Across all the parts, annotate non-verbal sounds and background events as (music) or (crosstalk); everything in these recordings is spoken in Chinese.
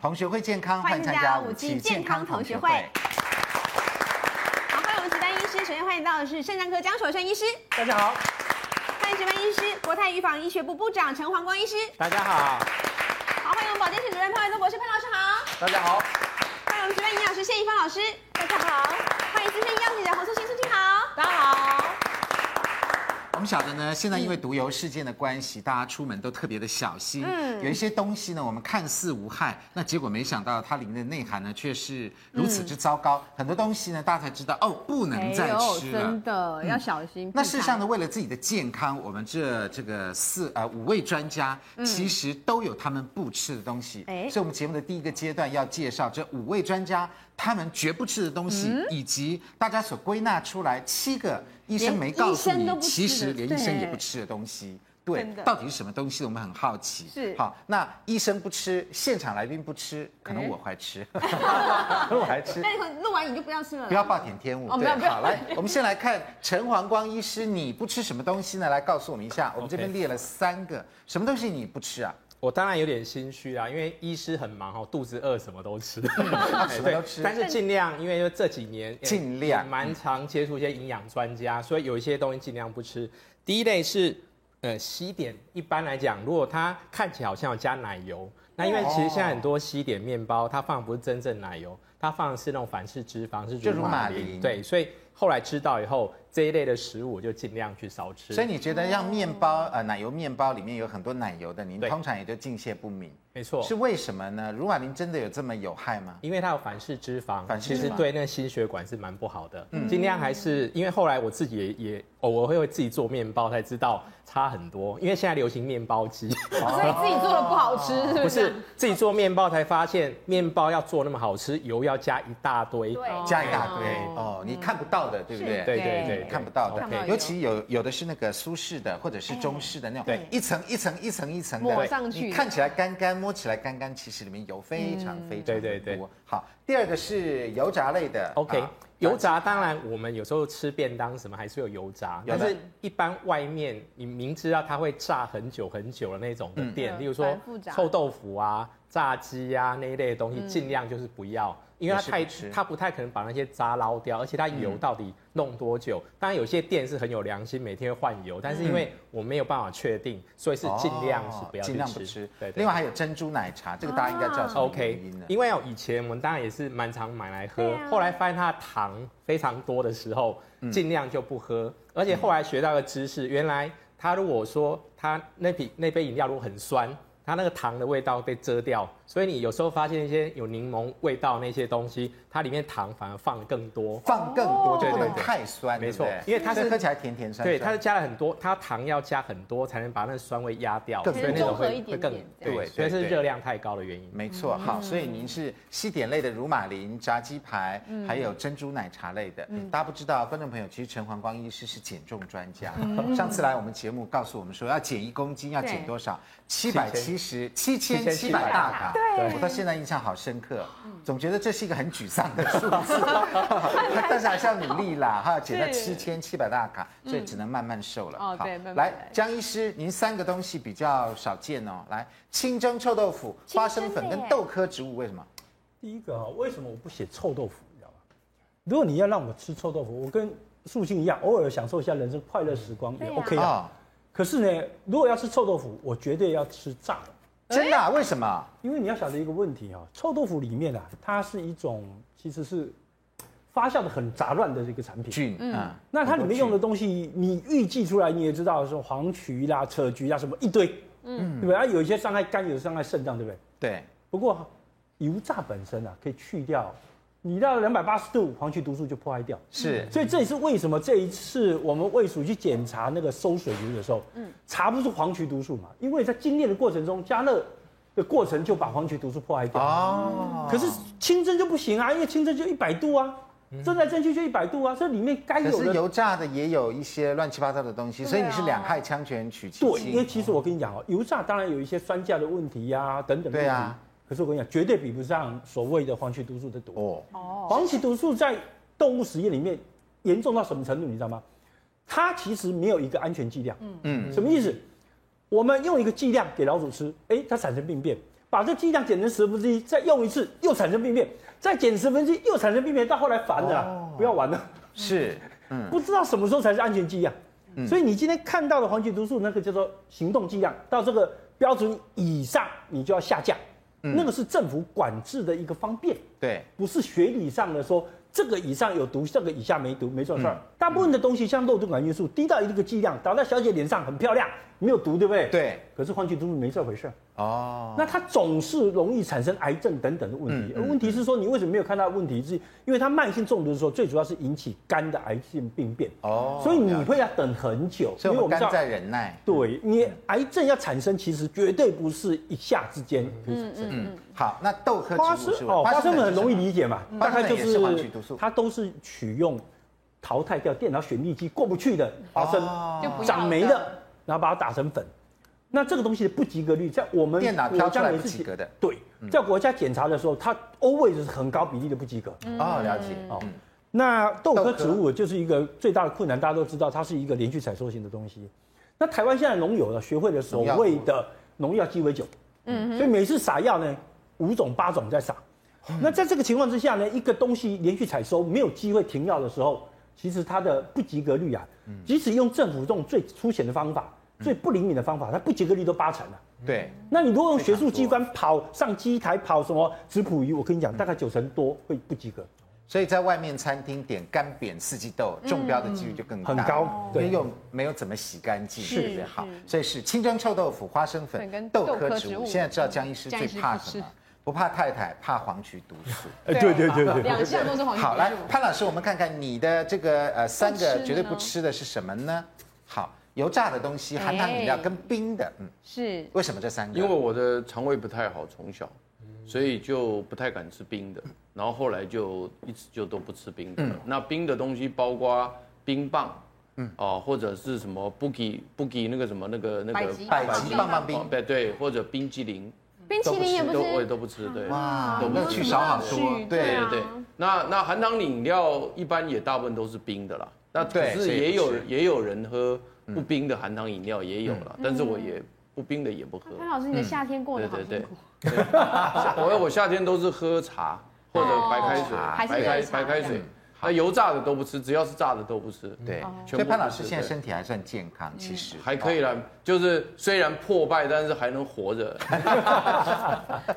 同学会健康，欢迎参参加加五五期期健健康康同同学学会会。好，欢迎我们值班医师。首先欢迎到的是肾脏科江守胜医师，大家好，欢迎值班医师国泰预防医学部部长陈黄光医师。大家好，好，欢迎我们保健室主任潘怀宗博士潘老师好，大家好，欢迎我们值班营养师谢一芳老师，大家好，欢迎资深营养记者侯素欣素欣好。大家好，我们晓得呢，现在因为毒油事件的关系，大家出门都特别的小心。嗯，有一些东西呢，我们看似无害，那结果没想到它里面的内涵呢，却是如此之糟糕。很多东西呢，大家才知道哦，不能再吃了。哎嗯真的要小心。那事实上呢，为了自己的健康，我们这这个四呃五位专家其实都有他们不吃的东西，嗯哎所以我们节目的第一个阶段要介绍这五位专家他们绝不吃的东西，嗯以及大家所归纳出来七个医生连没告诉医生你都不，吃的其实连医生也对不吃的东西。对真，的到底是什么东西？我们很好奇。是好，那医生不吃，现场来宾不吃，可能哎我还吃，可能我还吃。那你可能录完你就不要吃了。不要暴殄天物。哦不对要，不要好，来，我们先来看陈黄光医师，你不吃什么东西呢？来告诉我们一下，我们这边 OK 列了三个，什么东西你不吃啊？我当然有点心虚啊，因为医师很忙哦，肚子饿什么都吃，嗯啊什么都吃 (laughs) 对但是尽量，因为这几年呃尽量嗯也蛮常接触一些营养专家，所以有一些东西尽量不吃。第一类是呃西点，一般来讲，如果它看起来好像有加奶油，那因为其实现在很多西点面包它放的不是真正奶油，它放的是那种反式脂肪，是就乳乳马马铃铃，对，所以后来知道以后，这一类的食物我就尽量去少吃。所以你觉得像面包，呃，奶油面包里面有很多奶油的，您对通常也就敬谢不敏，没错，是为什么呢？乳马林真的有这么有害吗？因为它有反式脂肪，反式其脂肪嗯实对那个心血管是蛮不好的。尽量还是因为后来我自己也也偶尔会自己做面包，才知道差很多。因为现在流行面包机，哦哦所以自己做的不好吃，是不不是是？自己做面包才发现，面包要做那么好吃，油要加一大堆。对，加一大堆对哦，你看不到的，对不对？对对对哦对对，看不到看不到的，油尤其有有的是那个苏式的，或者是中式的那种对，一层一层一层一层的，抹上去你看起来干干，摸起来干干，其实里面油非常非常嗯对的对对多。好，第二个是油炸类的 OK，、啊油炸当然我们有时候吃便当什么还是有油炸，有的但是一般外面你明知道它会炸很久很久的那种的店，嗯例如说反复炸臭豆腐啊、炸鸡啊那一类的东西，尽量就是不要。因为它太嗯也是不吃它不太可能把那些渣捞掉，而且它油到底弄多久？当然有些店是很有良心，每天会换油，但是因为嗯我没有办法确定，所以是尽量是不哦要去吃。尽量不吃。对对对另外还有珍珠奶茶，这个大家应该知道嗯是什么 OK，原因的。因为哦，以前我们当然也是蛮常买来喝，对啊后来发现它的糖非常多的时候，嗯尽量就不喝。而且后来学到一个知识，原来它如果说它那瓶那杯饮料如果很酸，它那个糖的味道被遮掉，所以你有时候发现一些有柠檬味道那些东西，它里面糖反而放得更多。放更多就不对对能对太酸，没错对不对因为它是所以喝起来甜甜酸酸。对，它是加了很多，它糖要加很多才能把那个酸味压掉，更所以那综种合会一点会更点这样对，对所以对是对热量太高的原因。没嗯错，好，所以您是西点类的乳马林、炸鸡排，嗯还有珍珠奶茶类的。大家不知道，观众朋友，其实陈黄光医师是减重专家。上次来我们节目告诉我们说，要减一公斤要减嗯对多少？七百七十七千七百7700大卡。对我到现在印象好深刻，嗯总觉得这是一个很沮丧的数 (laughs) 字，但是还是要努力啦，哈，减到七是千七百大卡，所以只能慢慢瘦了。哦好对慢慢来来江医师，您三个东西比较少见哦。来，清蒸臭豆腐、花生粉跟豆科植物，为什么？第一个啊，为什么我不写臭豆腐？你知道吧？如果你要让我吃臭豆腐，我跟素性一样，偶尔享受一下人生快乐时光也对啊 OK 啊。哦，可是呢，如果要吃臭豆腐，我绝对要吃炸的，真的啊、为什么？因为你要晓得一个问题啊，臭豆腐里面啊，它是一种其实是发酵的很杂乱的这个产品。菌，嗯，那它里面用的很多东西，你预计出来，你也知道，说黄曲啦、扯菊啦啊什么一堆，嗯，对不对？啊，有一些伤害肝，有些伤害肾脏，对不对？菌对，不过油炸本身啊，可以去掉，你到两百八十度黄曲毒素就破坏掉。是所以这也是为什么这一次我们卫署去检查那个收水油的时候，嗯，查不出黄曲毒素嘛，因为在精炼的过程中，加热的过程就把黄曲毒素破坏掉。哦。嗯可是清蒸就不行啊，因为清蒸就一百度啊，蒸来蒸去就一百度啊，这里面该嗯可有是的。油炸的也有一些乱七八糟的东西，所以你是两害相权取其对，因为轻。其实我跟你讲哦，油炸当然有一些酸价的问题呀、等等的问对题。啊可是我跟你讲，绝对比不上所谓的黄曲毒素的毒。啊哦，黄曲毒素在动物实验里面严重到什么程度，你知道吗？它其实没有一个安全剂量。嗯嗯嗯，什么意思？我们用一个剂量给老鼠吃，哎，它产生病变。把这剂量减成十分之一，再用一次又产生病变，再减十分之一又产生病变，到后来烦了啊、不要玩了，是，嗯，不知道什么时候才是安全剂量。啊所以你今天看到的黄曲毒素那个叫做行动剂量，到这个标准以上你就要下架，嗯那个是政府管制的一个方便。对，不是学理上的说这个以上有毒，这个以下没毒，没这种事嗯儿。大部分的东西像肉毒杆菌素低到一个剂量，打在小姐脸上很漂亮，没有毒，对不对？对。可是黄曲毒素没这回事儿，哦，嗯那它总是容易产生癌症等等的问题。而问题是说，你为什么没有看到问题？是因为它慢性中毒的时候，最主要是引起肝的癌性病变。哦所以你了解会要啊等很久，所以我们知道肝在嗯忍耐，对你癌症要产生，其实绝对不是一下之间可以产生。嗯，好，那豆科花植生物是吧哦，花生粉很容易是什么理解嘛，嗯大概花就生粉也是黄曲毒素它都是取用淘汰掉电脑选蜜机过不去的花生，哦就不要长霉的的，然后把它打成粉。那这个东西的不及格率，在我们电脑挑国出家来没不自及己格的嗯对，在国家检查的时候，它 always 是很高比例的不及格。嗯哦，了解，哦哦，那豆豆科科植物就是一个最大的困难，大家都知道，它是一个连续采收型的东西。那台湾现在农友呢，学会了所谓的农药鸡尾酒，嗯，所以每次撒药呢，五种八种在撒。嗯那在这个情况之下呢，一个东西连续采收没有机会停药的时候，其实它的不及格率啊，嗯即使用政府这种最粗浅的方法、最不灵敏的方法，它不及格率都八成啊。对，那你如果用学术机关跑上机台跑什么质谱仪，我跟你讲，大概九成多会不及格。所以在外面餐厅点干煸四季豆，嗯中标的几率就更大很高因为对又没有怎么洗干净，是对不对？好是，所以是清蒸臭豆腐、花生粉粉跟豆豆科科植植物。物嗯现在知道江医师江最医师怕不什么吃？不怕太太，怕黄曲毒素。哎，对对对对两项都是黄曲毒素嗯好，来潘老师，我们看看你的这个呃三吃的个呢绝对不吃的是什么呢？好，油炸的东西、含糖饮料哎跟冰的，嗯，是为什么这三个？因为我的肠胃不太好，从小，所以就不太敢吃冰的。然后后来就一直就都不吃冰的了。嗯那冰的东西包括冰棒，嗯，哦，或者是什么 boogie boogie 那个什么那个那百个吉百吉棒棒哦冰，对对，或者冰激凌，冰淇淋也不都我也吃，啊都不吃，对，哇都，不乐吃趣少好多，对对对对，那那含糖饮料一般也大部分都是冰的啦，那可对所是以也不嗯有是也有人喝不冰的含糖饮料也有嗯啦，但是我也不冰的也不喝。潘老师，你的夏天过对得好对辛对苦，， (laughs) 我我夏天都是喝茶或者白开水，哦还是白热开茶白开水，那油炸的都不吃，只要是炸的都不吃。对。哦全所以部潘老不吃师现在对身体还算健康，其实还可以啦，就是虽然破败，但是还能活着。 (laughs)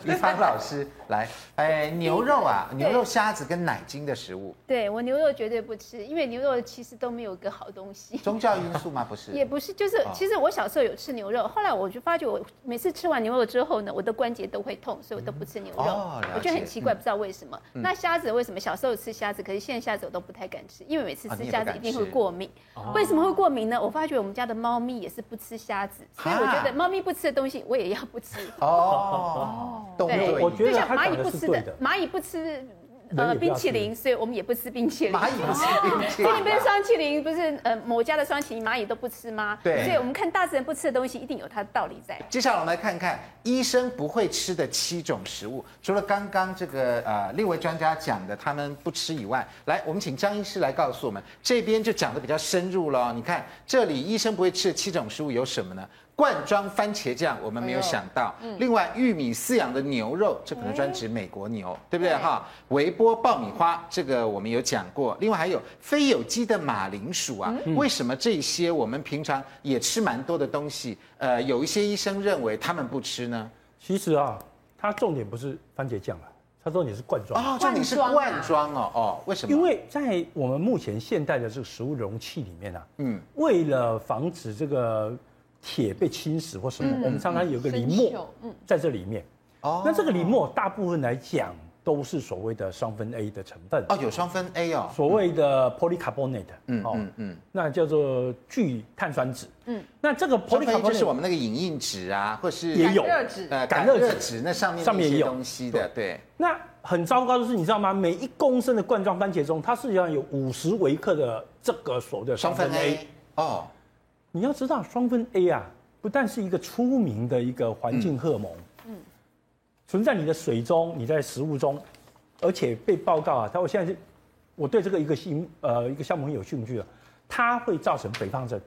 李芳老师来，哎，牛肉啊，牛肉、虾子跟奶精的食物，对我牛肉绝对不吃，因为牛肉其实都没有一个好东西。宗教因素吗？不是，啊也不是，就是其实我小时候有吃牛肉，后来我就发觉我每次吃完牛肉之后呢，我的关节都会痛，所以我都不吃牛肉。哦了解嗯我觉得很奇怪，不知道为什么。那虾子为什么小时候吃虾子，可是现在虾子我都不太敢吃，因为每次啊你吃也虾不子敢一定会吃哦过敏。为什么会过敏呢？我发觉我们家的猫咪也是不吃虾子，所以我觉啊得猫咪不吃的东西我也要不吃。哦，动对物我觉就得像它蚂讲蚁的不是吃对的的，蚂蚁不吃人也呃不要冰淇吃淋，所以我们也不吃冰淇淋。蚂蚁不是冰淇这里淋边啊，双麒麟不是呃某家的双麒麟蚂蚁都不吃吗？对所以我们看大自然不吃的东西，一定有它的道理在。接下来我们来看看医生不会吃的七种食物，除了刚刚这个呃六位专家讲的他们不吃以外，来，我们请江医师来告诉我们，这边就讲的比较深入了哦。你看这里医生不会吃的七种食物有什么呢？罐装番茄酱我们没有想到，另外玉米饲养的牛肉，这可能专指美国牛，对不对哈？微波爆米花这个我们有讲过，另外还有非有机的马铃薯啊，嗯为什么这些我们平常也吃蛮多的东西，呃，有一些医生认为他们不吃呢？其实啊，它重点不是番茄酱啊，它重点是罐装。哦，重点是罐装哦，哦，为什么？因为在我们目前现代的这个食物容器里面啊，嗯嗯，为了防止这个铁被侵蚀或什么，我们常常有一个梨沫，在这里面。嗯哦哦，那这个梨沫大部分来讲都是所谓的双酚 A 的成分，哦有双酚 A 哦，所谓的 polycarbonate，嗯嗯哦，嗯嗯，那叫做聚碳酸酯。嗯，那这个双酚 A 就是我 polycarbonate 们那个隐印脂啊，或是也有热纸呃感感热热脂脂那上面上面那些也有东西的，对，那很糟糕的是，你知道吗？每一公升的罐装番茄中，它事实上有五十微克的这个所谓的双双酚酚 A。 A 哦。你要知道，双酚 A 啊，不但是一个出名的一个环境荷尔蒙，嗯，存在你的水中，你在食物中，而且被报告啊，它我现在是，我对这个一个新呃一个项目很有兴趣啊，它会造成肥胖症，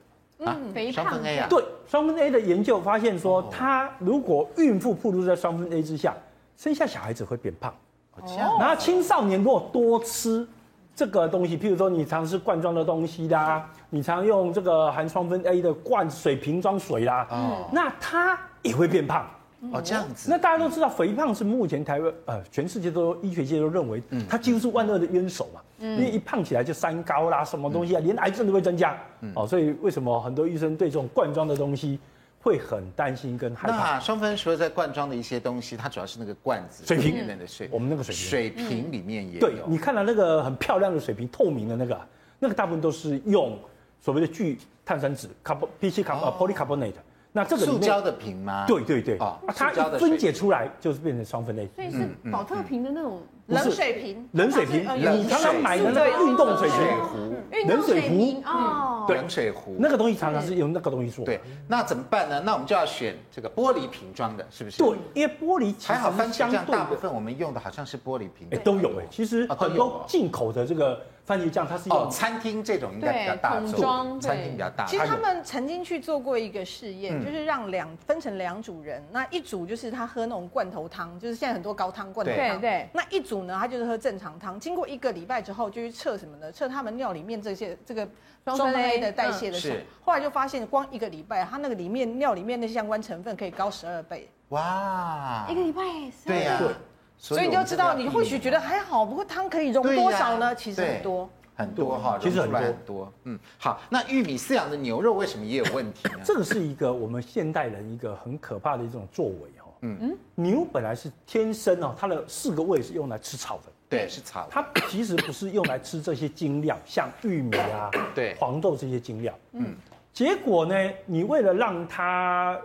啊肥双酚胖 A 啊，对，双酚 A 的研究发现说，她如果孕妇暴露在双酚 A 之下，生下小孩子会变胖。哦，然后青少年如果多吃这个东西，譬如说你常吃罐装的东西啦，你常用这个含双酚 A 的罐水瓶装水啦，那他也会变胖。哦这样子，那大家都知道，肥胖是目前台湾呃全世界都医学界都认为，它几乎是万恶的冤首嘛。因为一胖起来就三高啦，什么东西啊，连癌症都会增加。哦，所以为什么很多医生对这种罐装的东西会很担心跟害怕？那双酚除了在罐装的一些东西，它主要是那个罐子水瓶里面的水，我们那个水瓶水瓶里面也有对，你看到那个很漂亮的水瓶，透明的那个啊，那个大部分都是用所谓的聚碳酸酯 （carbo PC carbo、呃 polycarbonate）。那这个里哦塑面胶的瓶吗？对对对，啊啊，它塑胶的一水嗯分解出来就是变成双酚类。所以是保特瓶的那种不是冷水瓶，冷水瓶，呃哦冷你常常买的那个运动水瓶，水壶，运动冷水水壶瓶哦，对冷水壶，那个东西常常是用那个东西做。对，那怎么办呢？那我们就要选这个玻璃瓶装的，是不是？对，因为玻璃其还好番实茄相酱对大部，的分我们用的好像是玻璃瓶，哎，都有哎。其实啊都有很多进口的这个番茄酱，它是哦，用餐厅这种应该比较大对众，桶装餐对厅比较大其众实他们曾经去做过一个试验，嗯就是让两分成两组人，那一组就是他喝那种罐头汤，就是现在很多高汤罐头对汤，对那一组呢，他就是喝正常汤。经过一个礼拜之后，就去测什么呢？测他们尿里面这些这个双双酚酚 A，嗯 A 的代谢的时候是，后来就发现光一个礼拜，他那个里面尿里面的相关成分可以高十二倍，哇一，个礼拜十二对呀个，所以我你们就知道这个你要嗯或许觉得还好，不过汤可以溶对呀多少呢？其实很多。很多哈，其实融出来很多很多。嗯，好，那玉米饲养的牛肉为什么也有问题呢？这个是一个我们现代人一个很可怕的一种作为哦。嗯嗯，牛本来是天生哦，它的四个胃是用来吃草的。对是草，它其实不是用来吃这些精料， (coughs) 像玉米啊、对黄豆这些精料。嗯，结果呢，你为了让它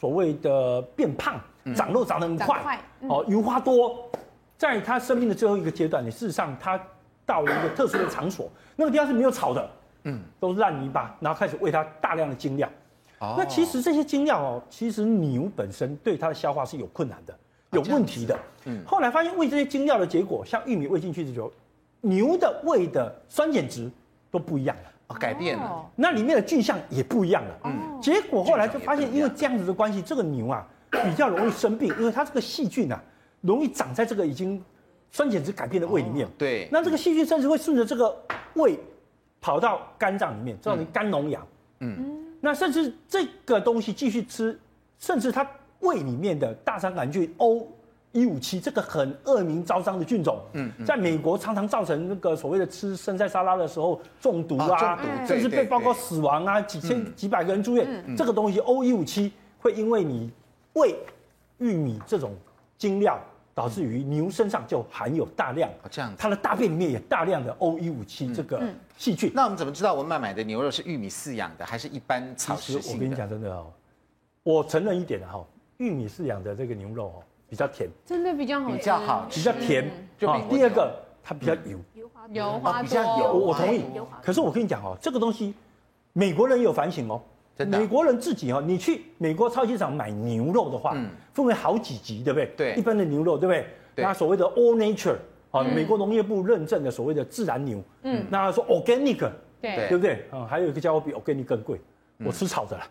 所谓的变胖、长肉长得很快，长快哦，油花多，在它生命的最后一个阶段，你事实上它到了一个特殊的场所，那个地方是没有草的，嗯，都是烂泥巴，然后开始喂它大量的精料。哦那其实这些精料哦，其实牛本身对它的消化是有困难的，有问题的。嗯，后来发现喂这些精料的结果，像玉米喂进去的时候，牛的胃的酸碱值都不一样了，哦改变了，那里面的菌相也不一样了。嗯，结果后来就发菌相也不一现，因样为这样子的关系，这个牛啊比较容易生病，因为它这个细菌啊容易长在这个已经酸碱值改变的胃里面。对那这个细菌甚至会顺着这个胃跑到肝脏里面，造成肝脓疡。嗯，那甚至这个东西继续吃，甚至它胃里面的大肠杆菌 O 一五七这个很恶名昭彰的菌种，嗯，在美国常常造成那个所谓的吃生菜沙拉的时候中毒啊啊，中毒甚至对对被报告对嗯死亡啊，几千、几百个人住院。这个东西 O 一五七会因为你喂玉米这种精料，导致于牛身上就含有大量哦这样子它的大便里面也大量的 O 一五七这个细菌。嗯那我们怎么知道我们买的牛肉是玉米饲养的，还是一般草食其实我性跟你的？讲真的哦，我承认一点哈、哦，玉米饲养的这个牛肉哦比较甜，真的比较好吃，比较好吃比较甜。嗯就啊美国嗯第二牛个它比较油，油花多油花哦比较多油我我同意油滑。可是我跟你讲哦，这个东西美国人也有反省哦。真的啊美国人自己哦，你去美国超级市场买牛肉的话，嗯分为好几级，对不对？对一般的牛肉，对不对？对嗯那所谓的 All Nature 啊，美国农业部认证的所谓的自然牛，嗯，那说 Organic，对对，对不对？啊，还有一个叫我比 Organic 更贵，我吃草的啦，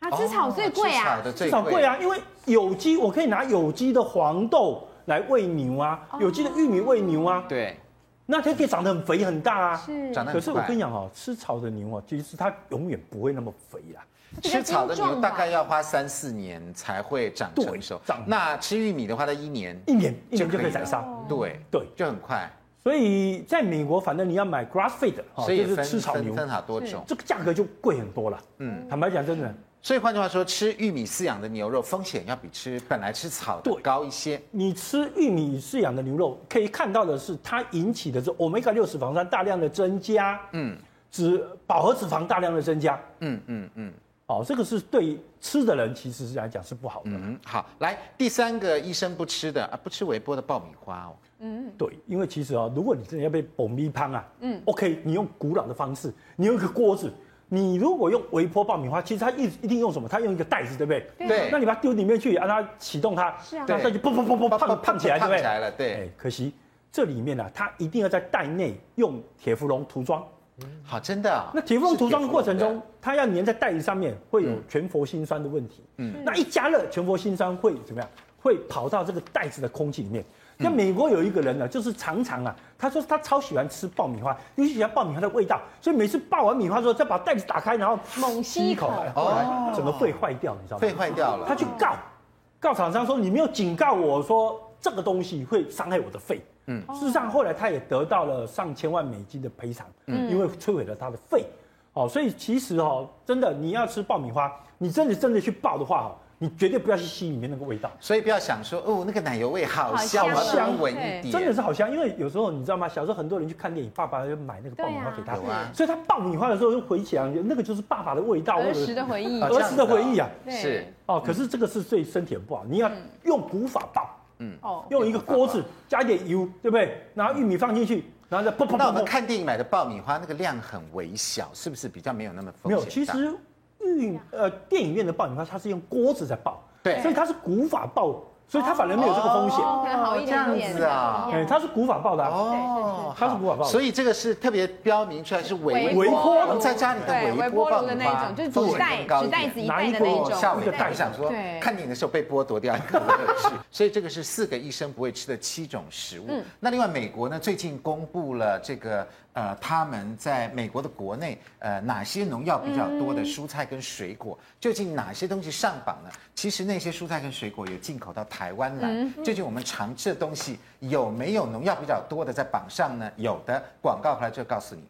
它吃草最贵哦吃草啊，的最至少贵！啊，因为有机我可以拿有机的黄豆来喂牛啊，哦有机的玉米喂牛啊，对，那它可以长得很肥很大啊。是长得可很是我快跟你。讲哦，吃草的牛哦，其实它永远不会那么肥啊啦。吃草的比较精牛壮大吧概要花三四年才会长成对熟长，那吃玉米的话，它一年一年一年就可以了宰杀。对对就很快，所以在美国，反正你要买 grass fed 哈，所以哦也就是分吃草分牛，分好多种。这个价格就贵很多了。嗯，坦白讲，真的，所以换句话说，吃玉米饲养的牛肉风险要比吃本来吃草的对高一些。你吃玉米饲养的牛肉，可以看到的是它引起的是 omega 六脂肪酸大量的增加，嗯，脂饱和脂肪大量的增加，嗯嗯嗯哦，这个是对吃的人其实是来讲是不好的。嗯，好，来第三个医生不吃的啊，不吃微波的爆米花哦，对，因为其实啊、如果你真的要被保密汤啊，嗯，OK，你用古老的方式，你用一个锅子，你如果用微波爆米花，其实它一一定用什么？它用一个袋子，对不对？对那你把它丢里面去，让啊它启动它，是啊它就砰砰砰砰胖胖起来，对胖不起来对？了，对，哎，可惜这里面呢、啊，它一定要在袋内用铁氟龙涂装，好，真的啊。那铁缝涂装的过程是铁中缝，它要粘在袋子上面，会有嗯全佛辛酸的问题。嗯，那一加热，全佛辛酸会怎么样？会跑到这个袋子的空气里面。嗯那美国有一个人呢，就是常常啊，他说他超喜欢吃爆米花，尤其喜欢爆米花的味道，所以每次爆完米花之后，再把袋子打开，然后猛吸一口哦后来哎整个肺坏掉，你知道吗？肺坏掉了他去告，告厂商说你没有警告我说这个东西会伤害我的肺。嗯，事实上后来他也得到了上千万美金的赔偿，嗯，因为摧毁了他的肺。哦，所以其实哦，真的你要吃爆米花，你真的真的去爆的话哦，你绝对不要去吸里面那个味道，所以不要想说哦，那个奶油味好香，我好香要多闻对一点。真的是好香。因为有时候你知道吗？小时候很多人去看电影，爸爸就买那个爆米花给他，对啊有啊所以他爆米花的时候就回想，那个就是爸爸的味道，儿时的回忆啊。儿时的回忆啊。这样子是哦，可是这个是对身体很不好，你要用古法爆，嗯，哦哦，用一个锅子加一点油，对不对？然后玉米放进去，然后再砰砰那我砰们砰。看电影买的爆米花，那个量很微小，是不是比较没有那么风没险有，大？其实玉呃电影院的爆米花它是用锅子在爆，对所以它是古法爆，所以它反而没有这个风险。哦可能好一这样点点子啊哎，它是古法爆的啊，哦，它是古法爆的。所以这个是特别标明出来是微微波炉我们在家里的对微微波波爆炉的米那花种，就是风纸险袋更高纸袋点子一袋的拿一那锅种，吓我一一个跳！袋我子想说对，看电影的时候被剥夺掉一个乐趣。所以这个是四个医生不会吃的七种食物。那另外美国呢，最近公布了这个呃，他们在美国的国内呃哪些农药比较多的蔬菜跟水果，究竟哪些东西上榜呢？其实那些蔬菜跟水果有进口到台湾来，究竟我们常吃的东西有没有农药比较多的在榜上呢？有的，广告回来就告诉你。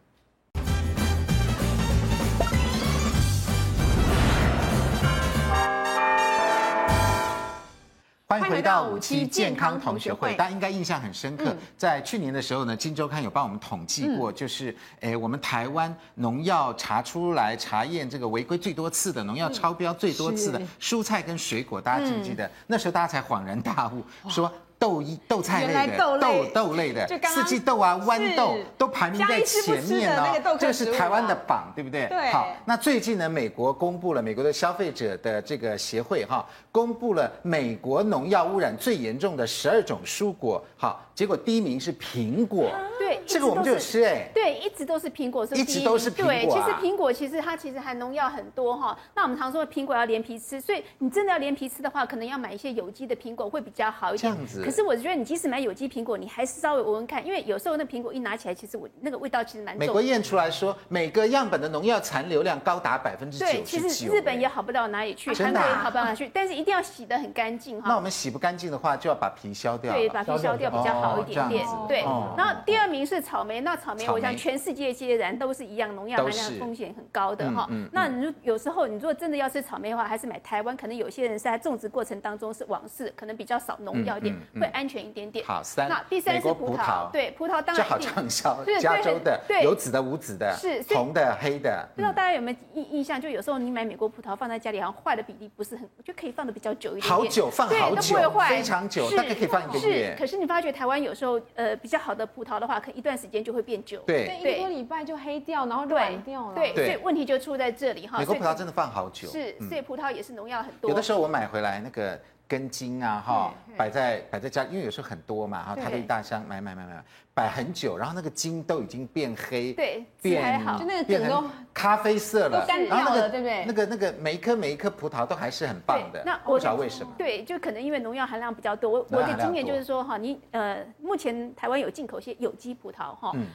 欢迎回到五期健康同学会，大家应该印象很深嗯刻。在去年的时候呢，《金周刊》有帮我们统计过，就是诶，我们台湾农药查出来查验这个违规最多次的、农药超标最多次的蔬菜跟水果，大家记不嗯记得？那时候大家才恍然大悟，说豆一豆菜类原的来豆类豆类的就刚四刚季豆啊、豌豆是都排名嘉在义吃不前吃的面哦那个豆。这科个是植物台湾的啊榜，对不对？对好，那最近呢，美国公布了美国的消费者的这个协会哈，公布了美国农药污染最严重的十二种蔬果，好，结果第一名是苹果，对，啊一直这个我们就有都是吃哎，对，一直都是苹果是第一直都是苹果啊对，其实苹果其实它其实含农药很多哈。那我们常说苹果要连皮吃，所以你真的要连皮吃的话，可能要买一些有机的苹果会比较好一点。这样子可是我觉得你即使买有机苹果，你还是稍微闻闻看，因为有时候那苹果一拿起来，其实我那个味道其实蛮美重国的。验出来说，每个样本的农药残留量高达百分之对，九其十实九。哎日本也好不到哪里去，真韩的啊国也好不到哪里去，但是一定要洗得很干净那我哈。们洗不干净的话，就要把皮削掉了。对，把皮削掉比较好一点哦这样点子。对哦，然后第二名是草莓，那草莓草莓我想全世界皆然都是一样，农药含量都是风险很高的哈嗯嗯嗯。那你如有时候你如果真的要吃草莓的话，还是买台湾，可能有些人是在种植过程当中是往事，可能比较少农药一点嗯，嗯嗯会安全一点点。好三那第三美是国葡葡萄萄，对，葡萄当就然好一定畅销 (laughs) 对，加州的对有紫的、无紫的，是所以红的、黑的。嗯不知道大家有没有印印象？就有时候你买美国葡萄放在家里，好像坏的比例不是很，就可以放的比较久一点点。好久放对好都久不会坏，非常久是大概可以放一个月是，可是你发觉台湾有时候呃比较好的葡萄的话，可能一段时间就会变久。对，对，一个多礼拜就黑掉，然后软掉了。对，哦对所以问题就出在这里哈。美国葡萄所真的放好久。嗯以是，所以葡萄也是农药很多。有的时候我买回来那个根茎啊，哈，摆在摆在家，因为有时候很多嘛，哈，对它就一大箱，买买买买，买摆很久，然后那个茎都已经变黑，对是还变好就那个梗变成都咖啡色了，都干然掉后那了个对不对那个那个每一颗每一颗葡萄都还是很棒的对，那不我知道为什么。对，就可能因为农药含量比较多。我我农药含的量经验多就是说哈，你呃，目前台湾有进口一些有机葡萄哈。嗯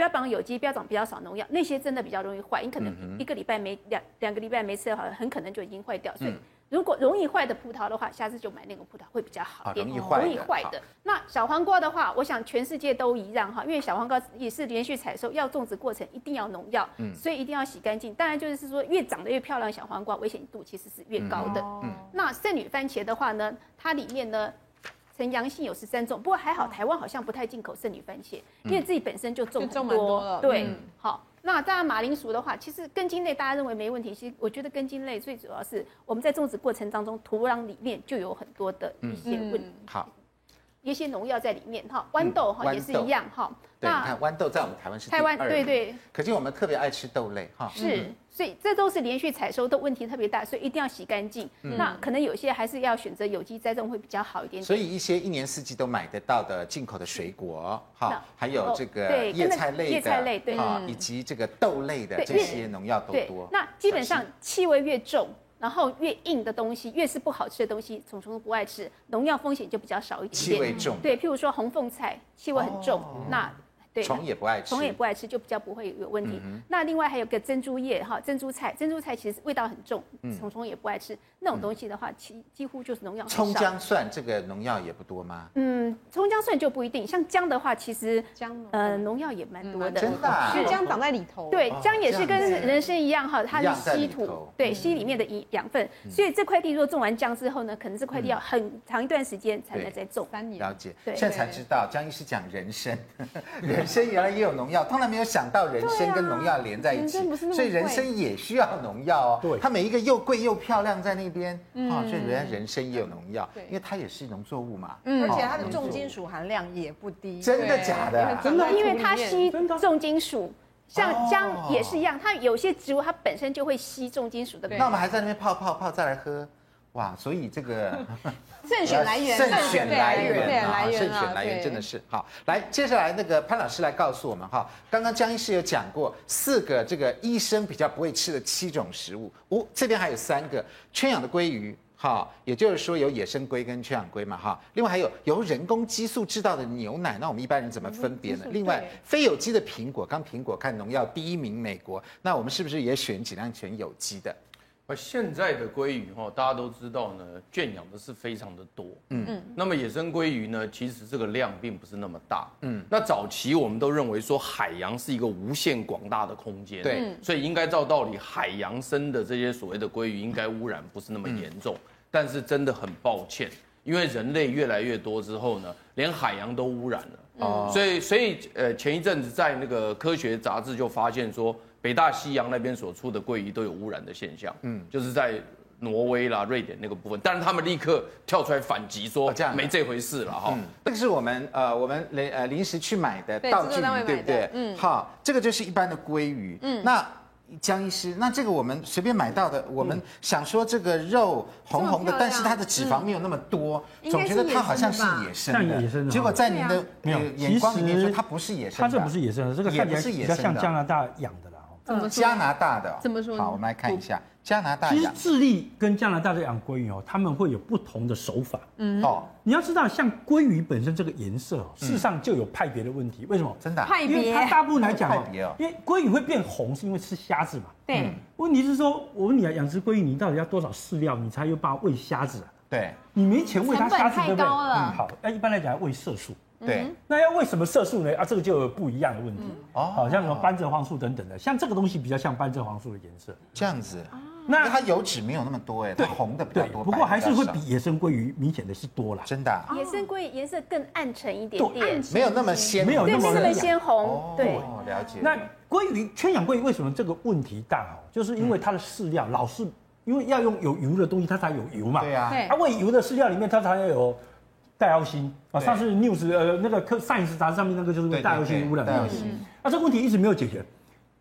标榜有机，标榜比较少农药，那些真的比较容易坏。你可嗯能一个礼拜没两两个礼拜没吃的话，很可能就已经坏掉。所以嗯如果容易坏的葡萄的话，下次就买那个葡萄会比较好一点。啊容易坏的容易坏的。那小黄瓜的话，我想全世界都一样哈，因为小黄瓜也是连续采收，要种植过程一定要农药，所以一定要洗干净。当然就是说，越长得越漂亮的小黄瓜，危险度其实是越高的。那圣女番茄的话呢，它里面呢。呈阳性有十三种，不过还嗯好，台湾好像不太进口圣女番茄，因为自己本身就种就种很蛮多多了对，好。那当然，马铃薯的话，其实根茎类大家认为没问题，其实我觉得根茎类最主要是我们在种植过程当中，土壤里面就有很多的一些问题。好，一些农药在里面哈。豌豆哈嗯豌也是豆一样哈。对，你看豌豆在我们台湾是台湾第二嗯对对，可见我们特别爱吃豆类哈。是，所以这都是连续采收的问题特别大，所以一定要洗干净。嗯那可能有些还是要选择有机栽种会比较好一点点。所以一些一年四季都买得到的进口的水果，哈那，还有哦这个对叶菜类的，叶菜类对嗯哈，以及这个豆类的对这些农药都对多，。那基本上气味越重，然后越硬的东西，越是不好吃的东西，虫虫都不爱吃，农药风险就比较少一点气点。味哦重，对，譬如说红凤菜，气味很重，那嗯对虫也不爱吃，虫也不爱吃，就比较不会有问题。嗯那另外还有个珍珠叶哈，珍珠菜，珍珠菜其实味道很重，嗯虫虫也不爱吃。那种东西的话，几几乎就是农药很葱少。姜蒜这个农药也不多吗？嗯，葱姜蒜就不一定，像姜的话，其实姜浓呃农药也蛮多的。真的哦啊是这样绑在里头。对，姜也这是样跟子人参一样哈，它一是样在里吸土头，嗯对，吸里面的营养分。所以这块地如果种完姜之后呢，可能这块地要很长一段时间才嗯能对再种。三年了解，对现在才知道江医师讲人参， (laughs) 人参原来也有农药，从来没有想到人参跟农药连在一起，人参不是那么所以人参也需要农药哦。对它每一个又贵又漂亮在那边，哦，所以原来人参也有农药，嗯对嗯因为它也是农作物嘛。而且哦它的重金属含量也不低。真的假的啊？真的因为它吸真的重金属，像哦姜也是一样，它有些植物它本身就会吸重金属的。那我们还在那边泡泡泡再来喝，哇！所以这个慎选来源，慎选来慎源选啊，来慎源啊，选来源对真的是好。来，接下来那个潘老师来告诉我们哈，刚刚江医师有讲过四个这个医生比较不会吃的七种食物，哦，这边还有三个圈养的鲑鱼。哈，也就是说有野生龟跟圈养龟嘛，哈，另外还有由人工激素制造的牛奶，那我们一般人怎么分别嗯呢？另外，非有机的苹果，刚苹果看农药第一名美国，那我们是不是也选尽量选有机的？而现在的鲑鱼哈，大家都知道呢，圈养的是非常的多，嗯嗯。那么野生鲑鱼呢，其实这个量并不是那么大，嗯。那早期我们都认为说海洋是一个无限广大的空间，对嗯，所以应该照道理，海洋生的这些所谓的鲑鱼应该污染不是那么严重，但是真的很抱歉，因为人类越来越多之后呢，连海洋都污染了。哦，所以，所以，呃，前一阵子在那个科学杂志就发现说，北大西洋那边所出的鲑鱼都有污染的现象，嗯，就是在挪威啦、瑞典那个部分，但是他们立刻跳出来反击说，哦这样没这回事了哈。嗯，这个是我们呃我们临呃临时去买的对道具制作单位鱼，买对不的对？嗯，好，这个就是一般的鲑鱼。嗯，那江医师，那这个我们随便买到的，我们想说这个肉红红的这么漂亮，嗯但是它的脂肪没有那么多，应总该觉是得它好像是野野生的。像野生的结果在您的没呃有眼光里面说其实它不是野生的，它这不是野生的，这个也看不起是来野比较生像的加拿大养的啦。哦怎么说加拿大的哦。怎么说呢好，我们来看一下加拿大其实养智利跟加拿大的养鲑鱼哦，他们会有不同的手法。哦，你要知道，像鲑鱼本身这个颜色哦，事实上就有派别的问题。为什么？嗯真的啊派因为别它大部分来讲派别哦哦，因为鲑鱼会变红，是因为吃虾子嘛。嗯对，问题是说，我问你啊，养殖鲑鱼你到底要多少饲料，你才有办法喂虾子啊？对你没钱喂它虾子，成本太对不对？高了嗯好，那一般来讲要喂色素。嗯对那要喂什么色素呢？啊，这个就有不一样的问题。哦哦，好像什么斑蔗黄素等等的，像这个东西比较像斑蔗黄素的颜色。这样子。啊那嗯那它油脂没有那么多哎，它对红的比较对，多，不白的过还是较会少比野生鲑鱼明显的是多啦。真的啊野生鲑鱼颜色更哦暗沉一点对点，没有那么鲜，没有对，那没么那么亮鲜红哦，，对。了解。那鲑鱼圈养鲑鱼为什么这个问题大哦？就是因为它的饲料老是因为要用有油的东西，它才有油嘛。对啊，对它喂油的饲料里面，它才要有带腰锌啊。对上次 news 呃那个科 Science 杂志上面那个就是对带腰锌污染的带腰问题锌。那这个问题一直没有解决。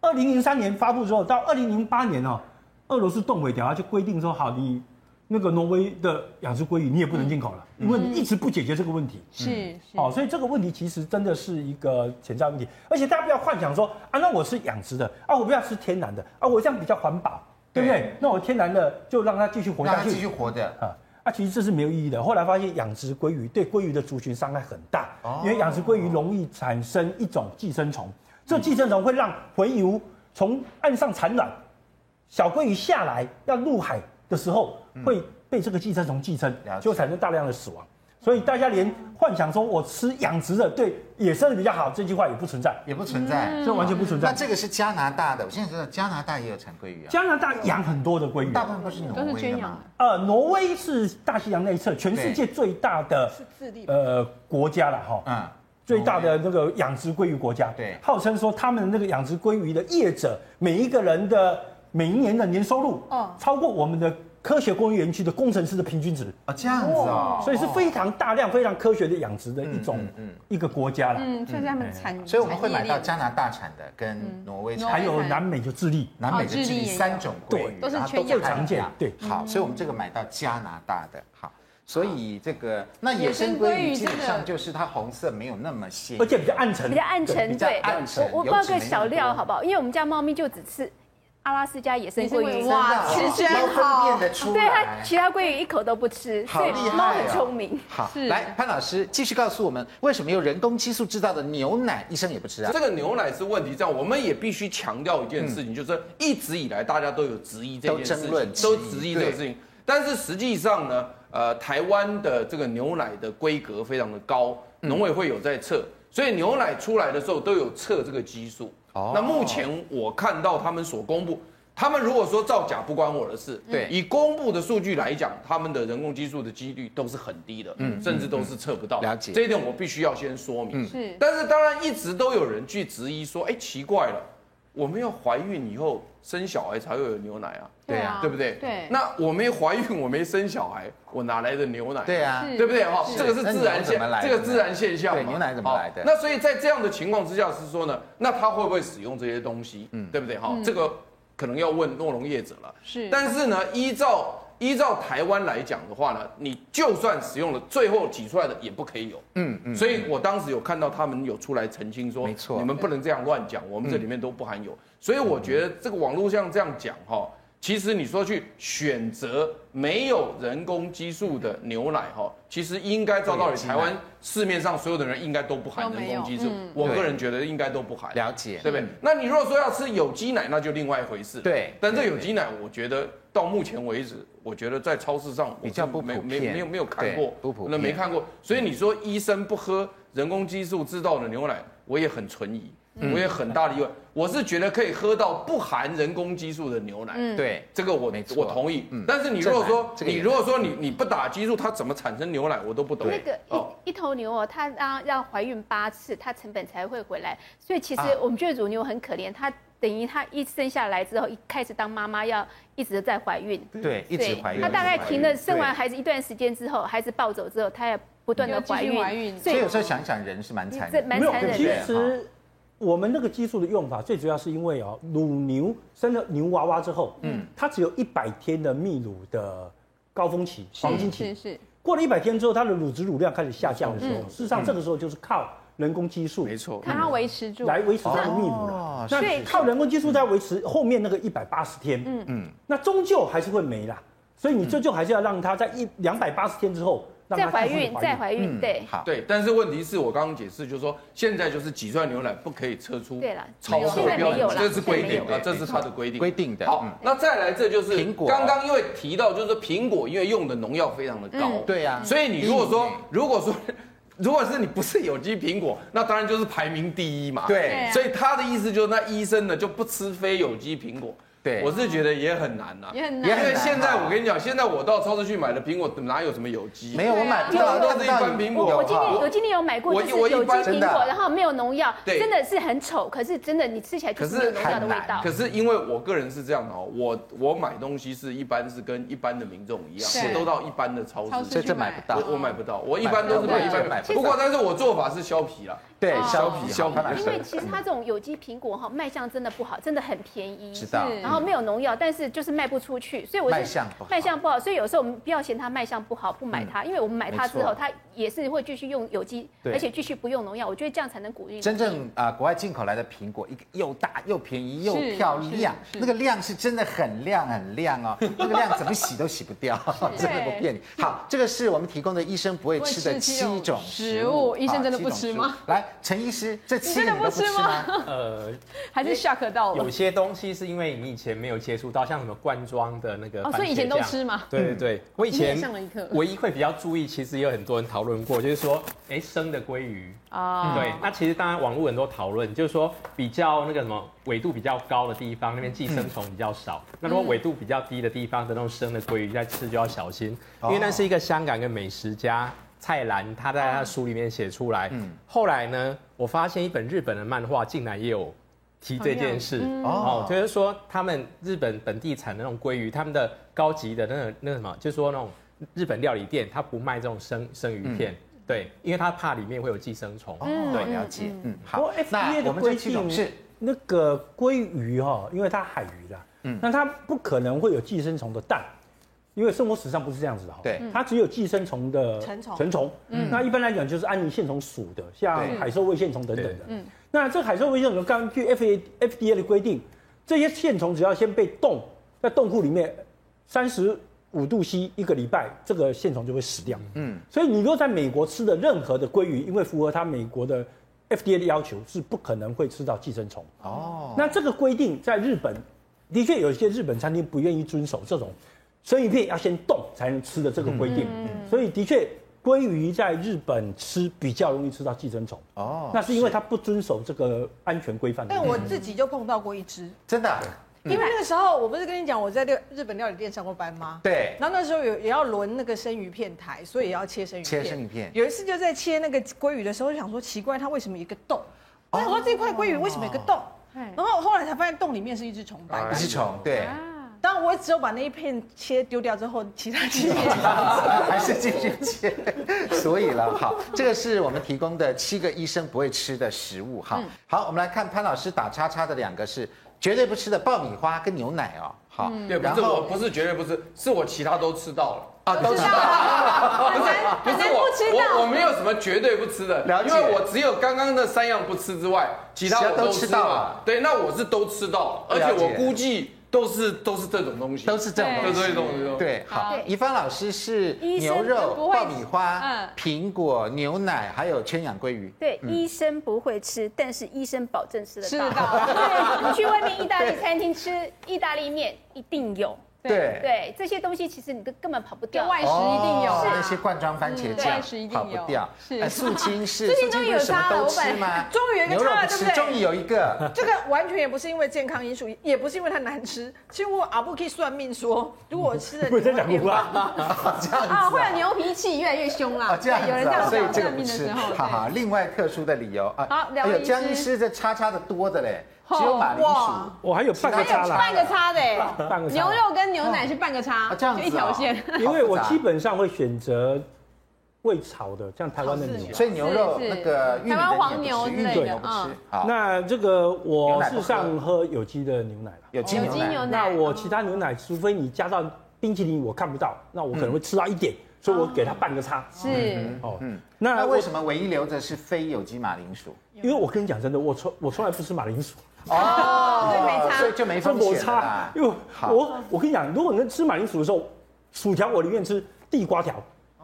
二零零三年发布之后，到二零零八年哦，俄罗斯动尾条它就规定说，好你那个挪威的养殖鲑鱼你也不能进口了，因为一直不解决这个问题。是嗯是哦，所以这个问题其实真的是一个潜在问题，而且大家不要幻想说啊，那我是养殖的啊，我不要吃天然的啊，我这样比较环保，对不对？对那我天然的就让它继续活让下它继续去活着。啊。啊，其实这是没有意义的。后来发现养殖鲑鱼对鲑鱼的族群伤害很大，哦因为养殖鲑鱼容易产生一种寄生虫，这寄生虫会让洄游从岸上产卵，小鲑鱼下来要入海的时候，会被这个寄生虫寄生嗯了解，就产生大量的死亡。所以大家连幻想说我吃养殖的对野生的比较好这句话也不存在，也不存在，这完全不存那在。这个是加拿大的，我现在知道加拿大也有产鲑鱼啊，加拿大养很多的鲑鱼，大部分都是挪都是威的圈嘛养。呃，挪威是大西洋内侧全世界最大的是智利吧呃国家了哈。嗯，最大的那个养殖鲑鱼国家，对号称说他们那个养殖鲑鱼的业者，每一个人的每一年的年收入，哦超过我们的科学工业园区的工程师的平均值，哦，这样子哦，所以是非常大量、非常科学的养殖的一种嗯嗯嗯一个国家啦。嗯，所以他们产，所以我们会买到产加拿大产的跟挪威产还的、有南美就智利，南啊美的哦智智利利也有三种鲑鱼，对都是然后全不亚太常一样见对好，所以我们这个买到加拿大的，好，所以这个那野野生生鲑鲑鱼鱼基本真的上就是它红色没有那么鲜，而且比较暗沉，比较暗对沉，较对暗沉，我我油报脂个没那小么料多好不好？因为我们家猫咪就只吃阿拉斯加野生鲑野生，鲑鱼鱼哇真的哦吃真都好分辨得出对它来。其他鲑鱼一口都不吃，好所以厉害猫哦很聪明。好，是来潘老师继续告诉我们，为什么用人工激素制造的牛奶医生也不吃啊？这个牛奶是问题，这样我们也必须强调一件事情，就是一直以来大家都有质疑这件事都情争论，都质疑质疑这个事情。但是实际上呢，呃，台湾的这个牛奶的规格非常的高，嗯农委会有在测，所以牛奶出来的时候都有测这个激素。哦那目前我看到他们所公布，他们如果说造假不关我的事，对以公布的数据来讲，他们的人工激素的几率都是很低的，嗯，甚至都是测不到。嗯了解嗯这一点我必须要先说明。是但是当然一直都有人去质疑说，哎，奇怪了，我们要怀孕以后生小孩才会有牛奶啊，对啊对不对？对那我没怀孕，我没生小孩，我哪来的牛奶？对啊，是对不对？哈，这个是自然那牛奶怎现么来，的这呢个自然现象嘛。对牛奶怎么好来的那所以在这样的情况之下是说呢，那他会不会使用这些东西？嗯，对不对？哈，这个可能要问诺农业者了。是，但是呢，依照依照台湾来讲的话呢，你就算使用了，最后挤出来的也不可以有。嗯嗯嗯。所以我当时有看到他们有出来澄清说，没错你们不能这样乱讲，我们这里面都不含有。所以我觉得这个网络上这样讲哈，其实你说去选择没有人工激素的牛奶哈，其实应该照道理，对台湾市面上所有的人应该都不含都人没有嗯工激素。我对个人觉得应该都不含。了解，对不对？那你如果说要吃有机奶，那就另外一回事。对但这对有机奶，我觉得到目前为止，我觉得在超市上我比较不没普没遍没有没有看对过，不普那没遍看过。所以你说医生不喝人工激素制造的牛奶，我也很存疑，嗯我也很大的疑问。我是觉得可以喝到不含人工激素的牛奶。嗯嗯对，这个我没错我同意，嗯但是你如果说、这个也你如果说你你不打激素，它怎么产生牛奶，我都不懂。那个一一头牛哦，它让要怀孕八次，它成本才会回来。所以其实啊我们觉得乳牛很可怜，它等于它一生下来之后，一开始当妈妈要一直在怀孕，对，一直怀孕，她大概停一了直怀孕生完对孩子一段时间之后，孩子抱走之后，她也不断的又继怀续孕，怀孕所所以以有时候想一想，人是蛮残这忍的。蛮残忍其的。实我们那个激素的用法，最主要是因为哦，乳牛生了牛娃娃之后，嗯，它只有一百天的泌乳的高峰期、黄金期是，是，嗯过了一百天之后，它的乳汁乳量开始下降的时候，事实上这个时候就是靠人工激素没错，它要维持住，来维持它的泌乳哦是了。那靠人工激素在维持后面那个一百八十天，嗯嗯，那终究还是会没啦。所以你终究还是要让它在一两百八十天之后，让再它怀继续孕，再怀孕，对。好，对，但是问题是我刚刚解释，就是说现在就是挤出来牛奶不可以测出对啦超过现在标没有准啦，这是规定现在没有啊，这是它的规定规定的好嗯，那再来这就是苹果刚刚因为提到就是苹果，因为用的农药非常的高，对啊所以你如果说嗯如果说。 (laughs) 如果是你不是有机苹果，那当然就是排名第一嘛。对啊所以他的意思就是，那医生呢就不吃非有机苹果。对我是觉得也很难呐、啊也很也难很因为难现在啊我跟你讲，现在我到超市去买的苹果哪有什么有机？没有我买不对啊到，看都是不一到般有苹我果我今天好我今天有买过，我就是我一有机般真苹的啊果，然后没有农药，对真的是很丑，可是真的你吃起来就可是是没有农药的很味难道可。是因为我个人是这样的哦，我我买东西是一般是跟一般的民众一样，是我都到一般的超超市市所以去。这买不到。我我买不到，我一般都是买买一不到般买买不到。不过，但是我做法是削皮了。对，哦削皮，削皮好潘老师因为其实它这种有机苹果哈卖相真的不好，真的很便宜，知道。是然后没有农药，但是就是卖不出去，所以我是卖相不好嗯卖相不好所以有时候我们不要嫌它卖相不好，不买它，因为我们买它之没错后，它也是会继续用有机，对而且继续不用农药，我觉得这样才能鼓励。真正啊、国外进口来的苹果，一个又大又便宜又是漂是亮，是那个量是真的很亮很亮哦，那个量怎么洗都洗不掉，真的不骗你。好，这个是我们提供的医生不会吃的七种食食物，物医生真的啊不七种吃食吗物来，陈医师，这真七个的你都不不吃吃吗？呃，还是下课到有了，些东西是因为你以前没有接触到，像什么罐装的那个哦，番茄酱，所以以前都吃嘛，对对对，我以前你也上了一课 (laughs) 唯一会比较注意，其实也有很多人讨论过，就是说，哎，生的鲑鱼，啊，对，那其实当然网络很多讨论，就是说比较那个什么纬度比较高的地方，那边寄生虫比较少；那如果纬度比较低的地方的那种生的鲑鱼，在吃就要小心，因为那是一个香港一个美食家蔡澜他在他的书里面写出来。后来呢，我发现一本日本的漫画竟然也有提这件事哦，就是说他们日本本地产的那种鲑鱼，他们的高级的那个那个什么，就是说那种日本料理店，他不卖这种生生鱼片，对，因为他怕里面会有寄生虫。嗯哦，对，了解，嗯，不好过，FDA 那的我们这规七种定是那个鲑鱼哈、因为它海鱼啦，嗯那它不可能会有寄生虫的蛋，因为生活史上不是这样子的哈、对，它只有寄生虫的嗯成虫成虫，那一般来讲就是安妮线虫属的，像对海兽胃线虫等等的。嗯，那这海兽胃线虫，根据 FDA FDA 的规定，这些线虫只要先被冻在冻库里面三十五度 C 一个礼拜，这个线虫就会死掉。嗯，所以你如果在美国吃的任何的鲑鱼，因为符合它美国的 FDA 的要求，是不可能会吃到寄生虫。哦，那这个规定在日本，的确有一些日本餐厅不愿意遵守这种生鱼片要先冻才能吃的这个规定，嗯所以的确鲑鱼在日本吃比较容易吃到寄生虫。哦那是因为它不遵守这个安全规范的。但我自己就碰到过一只，真的啊，因为那个时候我不是跟你讲我在料日本料理店上过班吗？。对，然后那时候有也要轮那个生鱼片台，所以也要切生鱼片。切生鱼片有一次就在切那个鲑鱼的时候，就想说奇怪，它为什么一个洞？我想说这块鲑鱼为什么有一个洞？然后后来才发现洞里面是一只虫白不白是的。虫，对，啊当然我只有把那一片切丢掉之后，其他切片 (laughs) 还是继续切。所以了，好，这个是我们提供的七个医生不会吃的食物哈。嗯好，我们来看潘老师打叉叉的两个是绝对不吃的爆米花跟牛奶哦。好，嗯对，不然是我，后不是绝对不是，是我其他都吃到了。啊都知道。 (laughs) 不是，不是我，我我没有什么绝对不吃的，了解因为我只有刚刚那三样不吃之外，其他其我他都都吃吃到到了了。对，那我是都吃到了，而且了解我估计都是都是这种东西，都是这种东对西对对对对对，好对，怡芳老师是医生牛肉、不会爆米花嗯、苹果、牛奶，还有圈养鲑鱼。对，医生不会吃，但是医生保证吃得到。吃得到对，你去外面意大利餐厅吃意大利面，一定有。对对，这些东西其实你都根本跑不掉。跟外食一定有哦那啊，些罐装番茄嗯酱外食一定跑不有掉。是呃素清是最近素清终于不有是什么差了都我吃本吗？终于有一个牛肉差不了吃对不对终于有一个。这个完全也不是因为健康因素，也不是因为它难吃。其实我阿布可以算命说，如果 (laughs) 我吃了我在讲古话，这样子啊，会有牛脾气，越来越凶啦。啊，这样对有人子这啊，样所以讲这个算不命的吃。时候，哈哈，另外特殊的理由啊，好聊哎呦了一僵只尸这叉叉的多的嘞，只有哦马铃薯哇。我还有半个叉对半啦，个叉的哎，半个叉牛肉跟牛奶是半个叉啊，这样子就啊一条线。因为我基本上会选择未炒的，像台湾的牛。所以牛肉是是那个玉米的台湾黄你也不吃牛玉米之类牛的不吃嗯。好，那这个牛我奶事不实上喝有机的牛奶了。有金有牛机牛奶。奶，哦那我其他牛奶，除非你加到冰淇淋，我看不到，那我可能会吃到一点，所以我给它半个叉。是哦，嗯，那那为为什么唯一留着是非有机马铃薯？因为我跟你讲真的，我从我从来不吃马铃薯，哦，对没差所以就没这风 (laughs) 险我了差啦，啊因。为好我我跟你讲，如果能吃马铃薯的时候，薯条我宁愿吃地瓜条。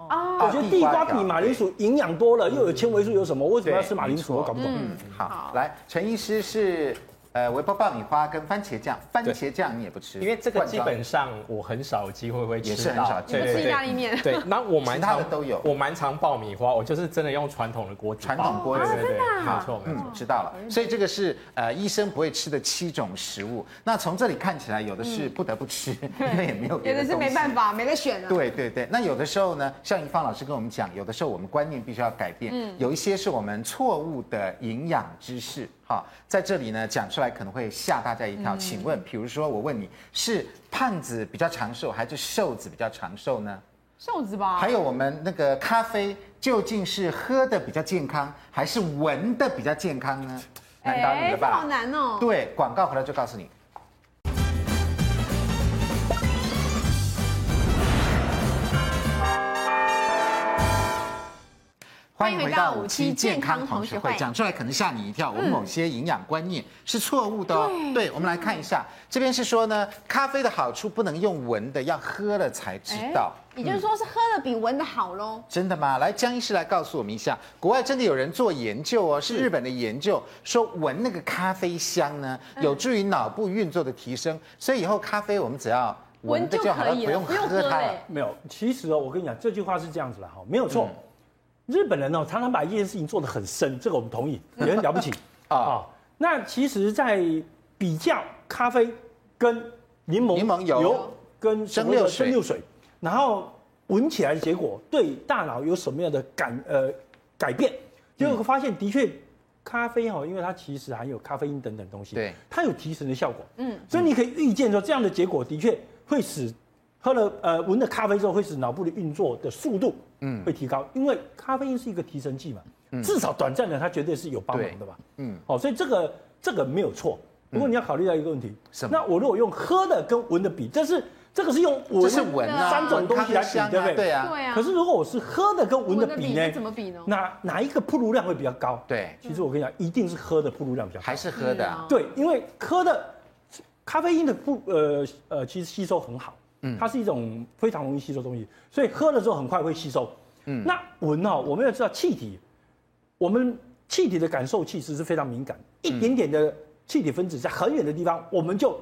哦，我觉得地瓜啊条比马铃薯营养多了，又有纤维素，有什么？为什么要吃马铃薯？对我搞不懂。嗯，好，来，陈医师是呃微波爆米花跟番茄酱，番茄酱你也不吃，因为这个罐基装本上我很少有机会会吃到，也是很少见你不吃意大利面对，那我蛮其他的常都有我蛮常爆米花，我就是真的用传统的锅子传爆，统啊锅子对对对，没错没错嗯，。知道了，所以这个是呃医生不会吃的七种食物。那从这里看起来，有的是不得不吃，因为也没有别嗯有的的是东西没办法，没得选了。对对对，那有的时候呢，像怡芳老师跟我们讲，有的时候我们观念必须要改变，嗯有一些是我们错误的营养知识，哈，在这里呢讲出来可能会吓大家一嗯跳。请问，比如说我问你是胖子比较长寿，还是瘦子比较长寿呢？瘦子吧，还有我们那个咖啡究竟是喝的比较健康，还是闻的比较健康呢？难倒你哎，了这吧？好难哦。对，广告回来就告诉你。欢迎回到五期健康同学会，讲出来可能吓你一跳，我们某些营养观念是错误的哦。对，我们来看一下，这边是说呢，咖啡的好处不能用闻的，要喝了才知道。也就是说是喝的比闻的好喽。真的吗？来，江医师来告诉我们一下，国外真的有人做研究哦，是日本的研究，说闻那个咖啡香呢，有助于脑部运作的提升，所以以后咖啡我们只要闻着就好了，闻就可以不了用喝它了。没有，其实哦，我跟你讲，这句话是这样子的哈，没有错。嗯日本人哦，常常把一件事情做得很深，这个我们同意，也很了不起 (laughs) 啊啊、那其实，在比较咖啡跟柠檬柠檬油跟所谓蒸的馏水蒸馏水，然后闻起来的嗯结果对大脑有什么样的感呃改变，结果发现的确咖啡哈，因为它其实含有咖啡因等等东西，对，它有提神的效果，嗯，所以你可以预见说这样的结果的确会使喝了呃闻了咖啡之后会使脑部的运作的速度嗯会提高，因为咖啡因是一个提神剂嘛，嗯至少短暂的它绝对是有帮忙的吧，嗯，哦，所以这个这个没有错，不过你要考虑到一个问题，嗯什么那我如果用喝的跟闻的比，这是这个是用这是闻啊，三种东西来闻比，咖啡香啊对不对？对啊，对啊可，是如果我是喝的跟闻闻的的比比呢那？怎么比呢？哪哪一个铺路量会比较高？对，其实我跟你讲，一定是喝的铺路量比较高。还是喝的啊，对，因为喝的咖啡因的铺呃呃，其实吸收很好，它是一种非常容易吸收的东西，所以喝了之后很快会吸收。嗯，那闻哦，我们要知道气体，我们气体的感受器其实是非常敏感，一点点的气体分子在很远的地方，我们就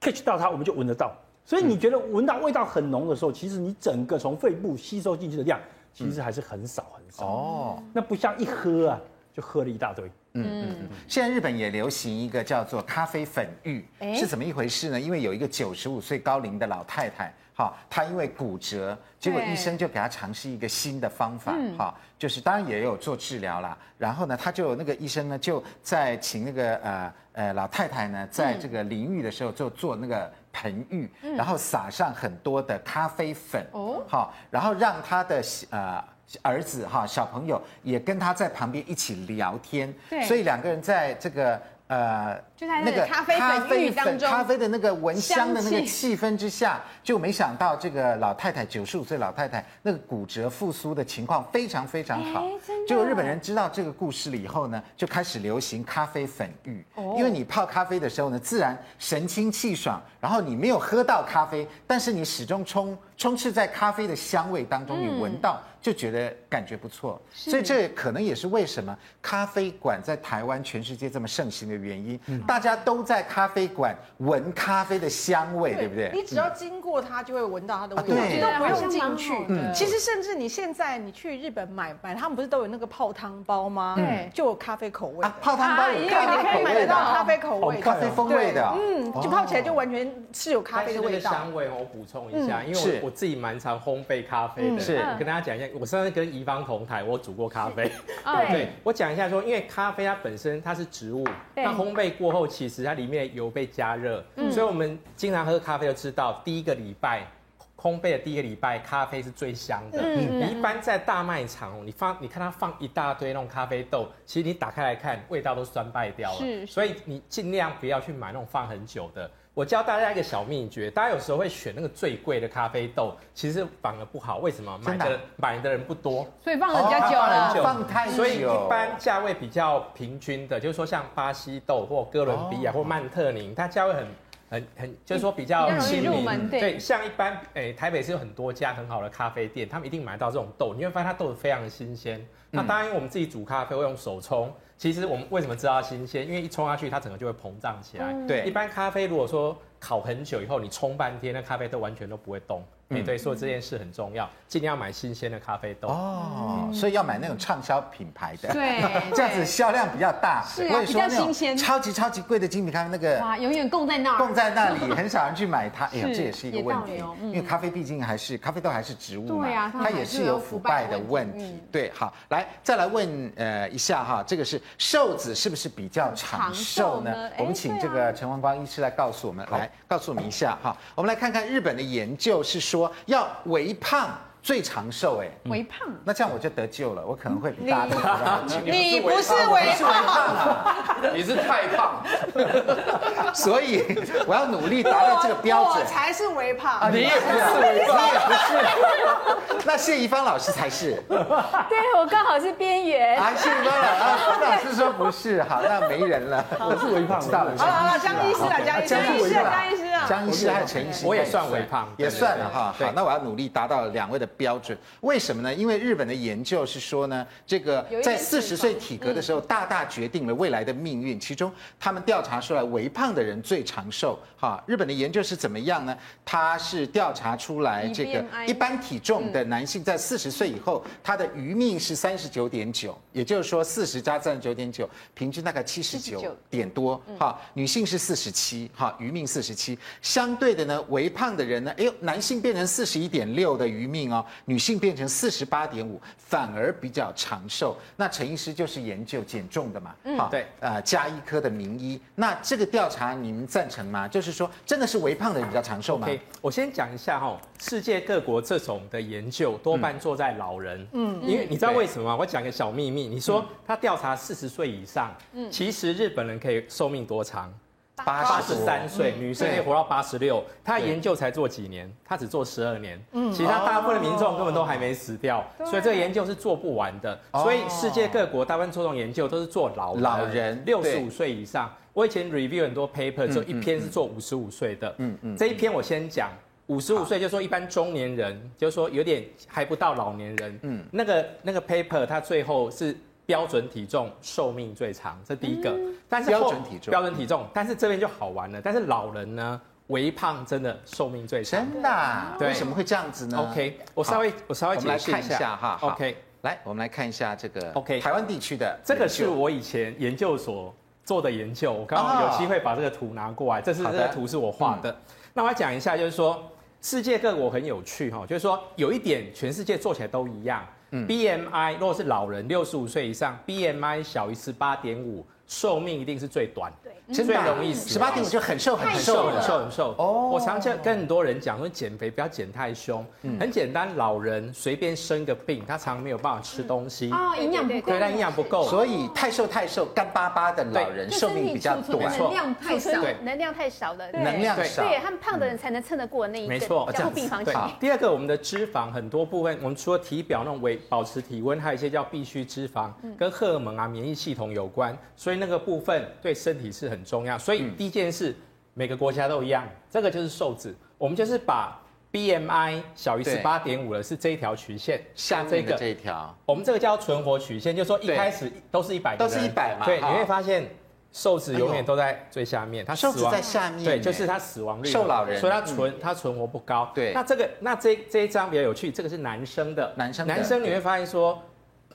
catch 到它，我们就闻得到。所以你觉得闻到味道很浓的时候，其实你整个从肺部吸收进去的量，其实还是很少很少。哦，那不像一喝啊，就喝了一大堆。现在日本也流行一个叫做咖啡粉浴，是怎么一回事呢？因为有一个九十五岁高龄的老太太，哈，她因为骨折，结果对医生就给她尝试一个新的方法，嗯哈，就是当然也有做治疗啦。然后呢，她就那个医生呢就在请那个呃呃老太太呢，在这个淋浴的时候就做那个盆浴，嗯然后撒上很多的咖啡粉，哦，好，然后让她的呃。儿子哈，小朋友也跟他在旁边一起聊天，对所以两个人在这个呃，就在那个咖啡粉咖啡浴当粉中咖啡的那个闻香的那个香气气氛之下，就没想到这个老太太九十五岁老太太那个骨折复苏的情况非常非常好哎真。的结果日本人知道这个故事了以后呢，就开始流行咖啡粉浴，哦因为你泡咖啡的时候呢，自然神清气爽，然后你没有喝到咖啡，但是你始终充充斥在咖啡的香味当嗯中，你闻到就觉得感觉不错。所以这可能也是为什么咖啡馆在台湾全世界这么盛行的原因，嗯大家都在咖啡馆闻咖啡的香味，对不对？你只要经过它，就会闻到它的味道，啊对你都不用进好去像蛮。好的其实甚至你现在你去日本买买，他们不是都有那个泡汤包吗？对，就有咖啡口味的嗯啊，泡汤包有对，咖啡哎你可以口买得味的到啊，咖啡口味的，咖啡风味的啊，对嗯，就泡起来就完全是有咖啡的但是那味个道。嗯香味哦，我补充一下，因为是我我自己蛮常烘焙咖啡的，是跟大家讲一下，我上次跟怡芳同台，我煮过咖啡。对对，我讲一下说，因为咖啡它本身它是植物，对那烘焙过后，其实它里面的油被加热，所以我们经常喝咖啡就知道，第一个礼拜。烘焙的第一个礼拜，咖啡是最香的。你一般在大卖场哦，你放你看它放一大堆那种咖啡豆，其实你打开来看，味道都酸败掉了。是所以你尽量不要去买那种放很久的。我教大家一个小秘诀，大家有时候会选那个最贵的咖啡豆，其实反而不好。为什么？买真的啊的买的人不多，所以放的比较久了。久放太久，所以一般价位比较平均的，就是说像巴西豆或哥伦比亚或曼特宁，它价位很。很很，就是说比较哦比较容易亲入门民，对像一般，诶、台北是有很多家很好的咖啡店，他们一定买得到这种豆，你会发现它豆子非常的新鲜。嗯那当然，我们自己煮咖啡会用手冲，其实我们为什么知道它新鲜？因为一冲下去，它整个就会膨胀起来。嗯对一般咖啡如果说烤很久以后，你冲半天，那咖啡豆完全都不会动。嗯哎、对，所以这件事很重要，尽量买新鲜的咖啡豆。哦，所以要买那种畅销品牌的，嗯对这样子销量比较大。是啊我也说比较那新种鲜超级超级贵的精品咖啡，那个哇，永远供在那儿。供在那里，很少人去买它。哎呀，是这也是一个问也题道理哦，因为咖啡毕竟还是咖啡豆还是植物嘛对啊，它它也是有腐败的问还是有腐败的问嗯题。对，好，来再来问呃一下哈，这个是瘦子是不是比较长寿呢长寿呢？哎啊我们请这个陈黄光医师来告诉我们，来告诉我们一下哈。我们来看看日本的研究是说要微胖最长寿，哎，微胖，那这样我就得救了，我可能会比大家都早久。你不是我微不是微胖啊，你是太 (laughs) 胖，所以我要努力达到这个标哦我准。啊才是微胖。你也不是微胖，你也不是。那谢怡芳老师才是对我刚好是边缘。啊，谢怡芳老师，啊方老师说不是，好，那没人了。我是微胖，知道了，好了好了，江医师啊，江医师，江江医医师师啊，江医师啊，张医师还有陈医师，我也算微胖也对算了哈。对好，那我要努力达到两位的标准。为什么呢？因为日本的研究是说呢，这个有一点在四十岁体格的时候，大大决定了未来的命运，其中他们调查出来微胖的人最长寿。哈，日本的研究是怎么样呢？它是调查出来以这个 BMI 一般体重的男性在四十岁以后，他的余命是三十九点九，也就是说四十加三十九点九，平均大概七十九嗯点多。哈，女性是四十七，哈，余命四十七。相对的呢，微胖的人呢，哎呦，男性变成四十一点六的余命哦，女性变成四十八点五，反而比较长寿。那陈医师就是研究减重的嘛，好对呃，加医科的名医。那这个调查你们赞成吗？就是说，真的是微胖的人比较长寿吗 OK，我先讲一下哈、世界各国这种的研究多半做在老人，嗯，因为你知道为什么吗？我讲个小秘密，你说他调查四十岁以上，嗯，其实日本人可以寿命多长？八十嗯三岁，女生可以活到八十六。他研究才做几年，他只做十二年。嗯，哦其他大部分的民众根本都还没死掉，所以这个研究是做不完的。所以世界各国大部分做这种研究都是做哦老人老人六对十五岁以上。我以前 review 很多 paper，就一篇是做五十五岁的，嗯嗯，这一篇我先讲。五十五岁就说一般中年人，就是说有点还不到老年人。嗯，那个那个 paper 它最后是标准体重寿命最长，这第一个。但是后标准体重嗯标准体重，但是这边就好玩了。但是老人呢，微胖真的寿命最长。真的啊、对为什么会这样子呢 OK，我稍微我稍我微们来解释看一一下下哈。好 OK，来，我们来看一下这个 OK 台湾地区的这个研是究我以前研究所做的研究，我刚好啊有机会把这个图拿过来，这是好这的嗯个图是我画的。那我来讲一下，就是说世界各国很有趣哈、就是说有一点全世界做起来都一样。BMI 嗯如果是老人六十五岁以上，BMI 小于十八点五，寿命一定是最短，真最的啊容易死十亡。八点五就很瘦很很瘦瘦了很。瘦很瘦。哦哦，我常常跟很多人讲说减肥不要减太凶，很简单，老人随便生个病，他常没有办法吃东西，哦，营养不够，对，他营养不够，所以太瘦太瘦、干巴巴的老人寿命比较短，能量太少，对能量太少了，能量少。对他们胖的人才能撑得过那一没阵，错，叫做病房期对。第二个，我们的脂肪很多部分，我们除了体表那种维保持体温，还有一些叫必需脂肪，跟荷尔蒙啊、免疫系统有关，所以那个部分对身体是很重要。所以第一件事，每个国家都一样，这个就是瘦子，我们就是把 BMI 小于对十八点五了，是这一条曲线下下面这的个这一条，我们这个叫存活曲线，就是说一对开始都是一百，都是100嘛对，哈你会发现瘦子永哎呦远都在最下面，他死瘦亡子在下面对，呢就是他死亡率嘛，瘦老人所以他存他存活不高。对那这个那这这一张比较有趣，这个是男生的，男生的男生你会发现说。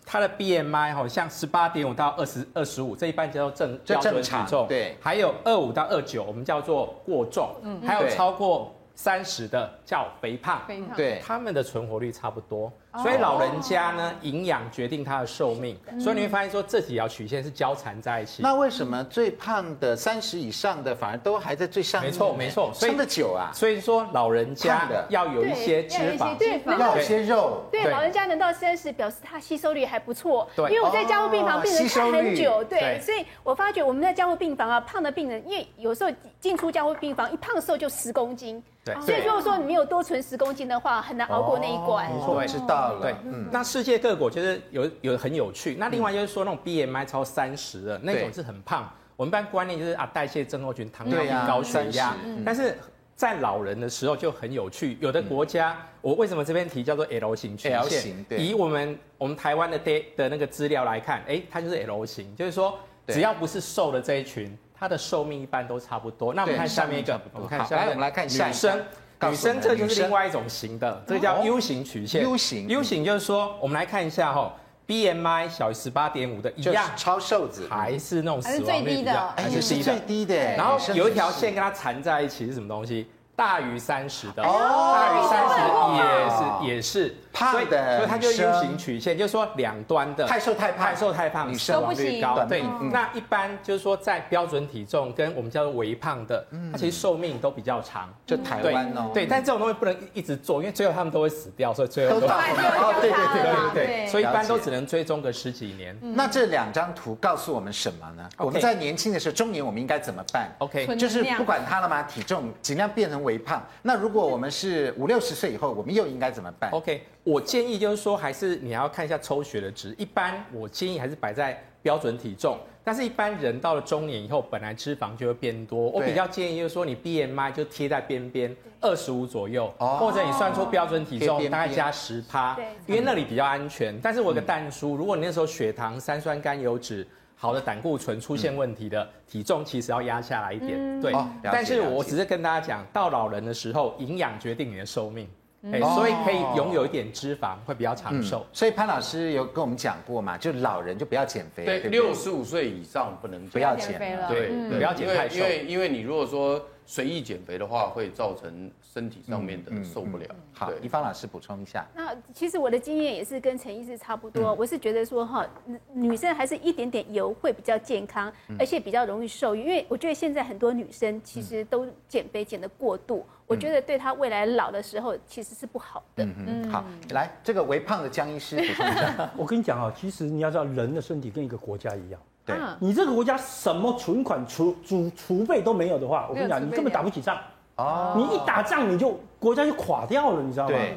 他的 BMI 好像十八点五到二十二十五，这一般叫做正这标准正体常重，对还有二五到二九，我们叫做过重，还有对超过三十的叫肥胖，肥胖对，他们的存活率差不多，哦所以老人家呢，营养决定他的寿命，所以你会发现说这几条曲线是交缠在一起。那为什么最胖的三十以上的反而都还在最上面呢？没错没错所以撑得久啊，所以说老人胖家的要有一些脂嗯对要有肪一些，脂肪要有些肉。对，对老人家能到三十，表示他吸收率还不错。对因为我在加护病哦房，病人吸收看率很久，对，对所以我发觉我们在加护病房啊，胖的病人，因为有时候进出加护病房，一胖瘦就十公斤，对所以如果说你没有多存十公斤的话，很难熬过那一关。我知道了。嗯对，那世界各国就是有有很有趣。那另外就是说那种 BMI 超三十的那对种是很胖，我们一般观念就是啊代谢症候群、糖尿对啊嗯病、高血30压，但是。在老人的时候就很有趣，有的国家、我为什么这边提叫做 L 型曲 L 线型对以我们我们台湾的 d 的那个资料来看，哎、它就是 L 型，就是说对只要不是瘦的这一群，它的寿命一般都差不多。那我们对看下面一差个不，多我们看好下面来我们来看下一女个生，告女诉我生们这女就是生另外一种型的，这个叫哦 U 型曲线。 U 型 U 型就是说，我们来看一下哈、BMI 小于十八点五的，一就是样超瘦子，还是那种死亡率比较哎，还也是是低最的。低的。然后女生有一条只是线跟它缠在一起是什么东西？大于三十的，哦大于哦三十也是也是胖所以的所以它就女生 U 型曲线，就是说两端的太瘦太胖太瘦太胖，女死生亡率短高。命对嗯，那一般就是说在标准体重跟我们叫做微胖的，它其实寿命都比较长。就嗯台对湾哦，对，但这种东西不能一直做，因为最后他们都会死掉，所以最后都 (laughs) 都到哦，对对对对对。嗯所以一般都了解只能追踪个十几年。那这两张图告诉我们什么呢？ OK 我们在年轻的时候，中年我们应该怎么办 OK 存就是不管它了嘛，体重尽量变成微胖。那如果我们是五六十岁以后，我们又应该怎么办？ OK，我建议就是说，还是你要看一下抽血的值。一般我建议还是摆在标准体重，但是一般人到了中年以后，本来脂肪就会变多。我对比较建议就是说，你 BMI 就贴在边边二十五左右，哦或者你算出标准体贴边重边嗯大概加十趴对，因为那里比较安全。但是我有个淡叔，如果你那时候血糖、三酸甘油脂。好的胆固醇出现问题的，体重其实要压下来一点。对，嗯哦了解但是了我解只是跟大家讲，到老人的时候，营养决定你的寿命，嗯哎、所以可以拥有一点脂肪，会比较长寿。所以潘老师有跟我们讲过嘛，就老人就不要减肥，对，不六十五岁以上不能不减。要减减肥了了，对，嗯对不要减太因为因为因为你如果说随意减肥的话，会造成身体上面的嗯嗯受不了。好，对一芳老师补充一下，那其实我的经验也是跟陈医师差不多，我是觉得说哈，女女生还是一点点油会比较健康，而且比较容易瘦，因为我觉得现在很多女生其实都减肥减得过度，我觉得对她未来老的时候其实是不好的。嗯，好，来这个微胖的江医师补充一下，我跟你讲啊，其实你要知道，人的身体跟一个国家一样，对，啊嗯你这个国家什么存款储储储备都没有的话，我跟你讲，没有储你备根本打不起仗。哦，你一打仗，你就国家就垮掉了，你知道吗？对，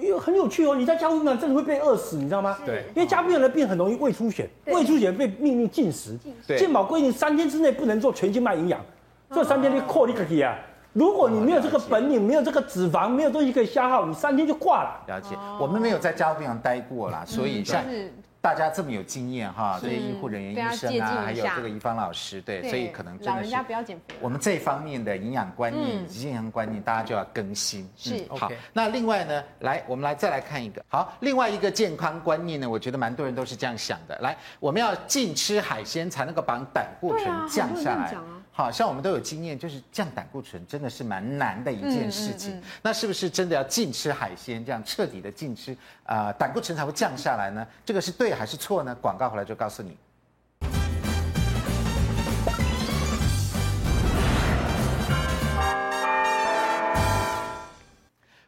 有很有趣哦，你在加护病房真的会被饿死，你知道吗？对因为加护病房的病很容易胃出血，对胃出血被命令禁食对，健保规定三天之内不能做全静脉营养，这三天就扣你个屁啊！如果你没有这个本领，没有这个脂肪，没有东西可以消耗，你三天就挂了。了解，哦我们没有在加护病房待过嗯啦，所以像是大家这么有经验哈，这些医护人员、对啊医生借鉴一啊，下还有这个怡芳老师，对，对所以可能真老的人是家不要减肥了。我们这方面的营养观念以及健康观念，大家就要更新。嗯是好 OK。那另外呢，来，我们来再来看一个。好，另外一个健康观念呢，我觉得蛮多人都是这样想的。来，我们要禁吃海鲜，才能够把胆固醇对啊很降下多人这样来讲啊。好像我们都有经验，就是降胆固醇真的是蛮难的一件事嗯情。那是不是真的要禁吃海鲜，这样彻底的禁吃，啊，胆固醇才会降下来呢？这个是对还是错呢？广告回来就告诉你。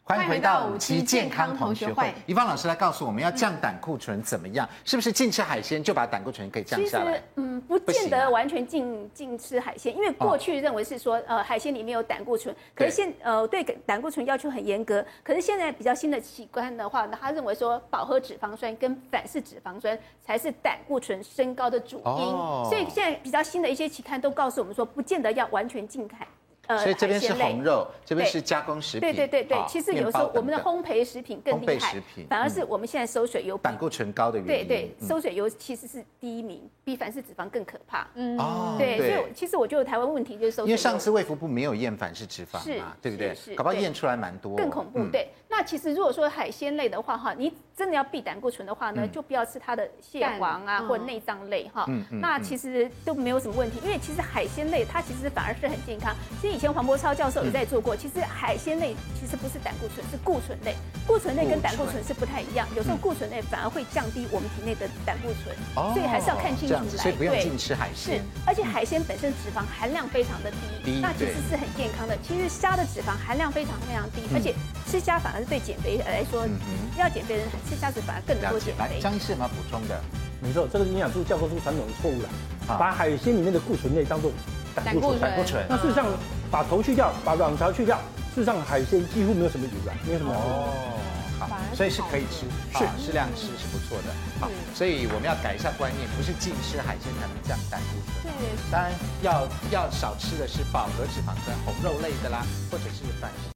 欢迎回到五期健康同学会。怡芳老师来告诉我们要降胆固醇怎么样？是不是禁吃海鲜就把胆固醇可以降其实下来？，嗯，不不行见啊哦得完全禁禁吃海鲜，因为过去认为是说，呃，海鲜里面有胆固醇，可是对现呃对胆固醇要求很严格，可是现在比较新的器官的话，他认为说饱和脂肪酸跟反式脂肪酸才是胆固醇升高的主因，哦所以现在比较新的一些期刊都告诉我们说，不见得要完全禁海，呃，所以这边是海鲜类红肉，这边对是加工食品。对对对对啊，其实有面时包候我们的等等烘焙食品更烘厉焙害食品，嗯反而是我们现在收水油比胆固醇高的原对因。对，嗯收水油其实是第一名，比反式脂肪更可怕。嗯，哦对，所以我其实我觉得台湾问题就是收水油，因为上次卫福部没有验反式脂肪是嘛，对不对是？是搞不好对验出来蛮多哦，更恐怖。嗯对，那其实如果说海鲜类的话，哈，你真的要避胆固醇的话呢，就不要吃它的蟹黄啊蛋或嗯内脏类哈嗯嗯。那其实都没有什么问题，因为其实海鲜类它其实反而是很健康。其实以前黄伯超教授也嗯在做过，其实海鲜类其实不是胆固醇，是固醇类。固醇类跟胆固醇是不太一样，有嗯时候固醇类反而会降低我们体内的胆固醇，所以还是要看哦这清楚样子，所来。以不用对禁。吃海是鲜。，而且海鲜本身脂肪含量非常的低，嗯低那其实对嗯是很健康的。其实虾的脂肪含量非常非常低，而且吃虾反而是对减肥来说，要减肥的人吃虾子反而更能了够解减，来，肥。江医师有没有补充的？没错，这个营养素教科书传统的错误了，啊把海鲜里面的固醇类当做胆固醇。胆固醇那事实上，把头去掉，把卵巢去掉，事实上海鲜几乎没有什么油了，没有什么油。哦，好，所以是可以吃，是适量吃是不错的。好，所以我们要改一下观念，不是禁吃海鲜才能降胆固醇。对。当然要要少吃的是饱和脂肪酸、红肉类的啦，或者是反式。